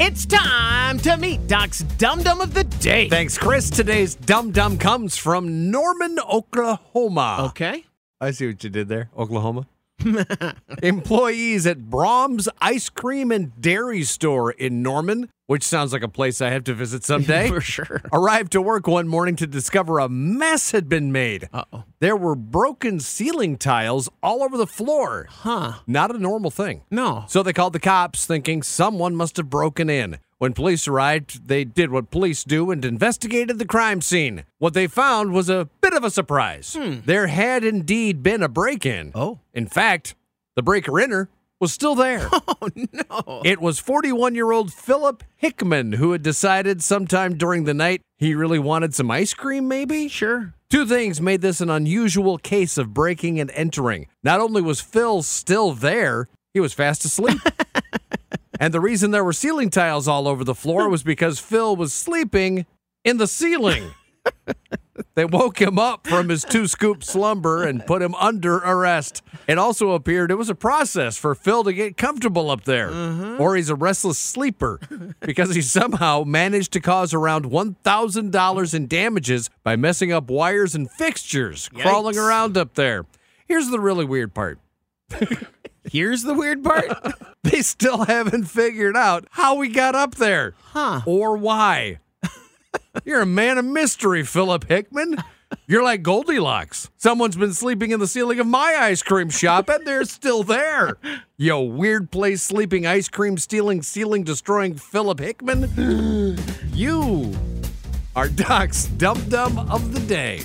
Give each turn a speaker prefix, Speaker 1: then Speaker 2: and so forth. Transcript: Speaker 1: It's time to meet Doc's Dum Dum of the Day.
Speaker 2: Thanks, Chris. Today's dum dum comes from Norman, Oklahoma.
Speaker 1: Okay.
Speaker 2: I see what you did there, Oklahoma. Employees at Brahms Ice Cream and Dairy Store in Norman, which sounds like a place I have to visit someday,
Speaker 1: For sure.
Speaker 2: arrived to work one morning to discover a mess had been made.
Speaker 1: Uh oh.
Speaker 2: There were broken ceiling tiles all over the floor.
Speaker 1: Huh.
Speaker 2: Not a normal thing.
Speaker 1: No.
Speaker 2: So they called the cops, thinking someone must have broken in. When police arrived, they did what police do and investigated the crime scene. What they found was a bit of a surprise. There had indeed been a break in.
Speaker 1: Hmm. Oh.
Speaker 2: In fact, the breaker inner was still there.
Speaker 1: Oh no.
Speaker 2: It was 41 year old Philip Hickman who had decided sometime during the night he really wanted some ice cream, maybe?
Speaker 1: Sure.
Speaker 2: Two things made this an unusual case of breaking and entering. Not only was Phil still there, he was fast asleep. and the reason there were ceiling tiles all over the floor was because Phil was sleeping in the ceiling. they woke him up from his two scoop slumber and put him under arrest. It also appeared it was a process for Phil to get comfortable up there, or he's a restless sleeper because he somehow managed to cause around $1,000 in damages by messing up wires and fixtures crawling
Speaker 1: Yikes.
Speaker 2: around up there. Here's the really weird part
Speaker 1: Here's the weird part.
Speaker 2: they still haven't figured out how we got up there
Speaker 1: Huh.
Speaker 2: or why. You're a man of mystery, Philip Hickman. You're like Goldilocks. Someone's been sleeping in the ceiling of my ice cream shop and they're still there. Yo, weird place sleeping, ice cream stealing, ceiling destroying Philip Hickman. you are Doc's dum dum of the day.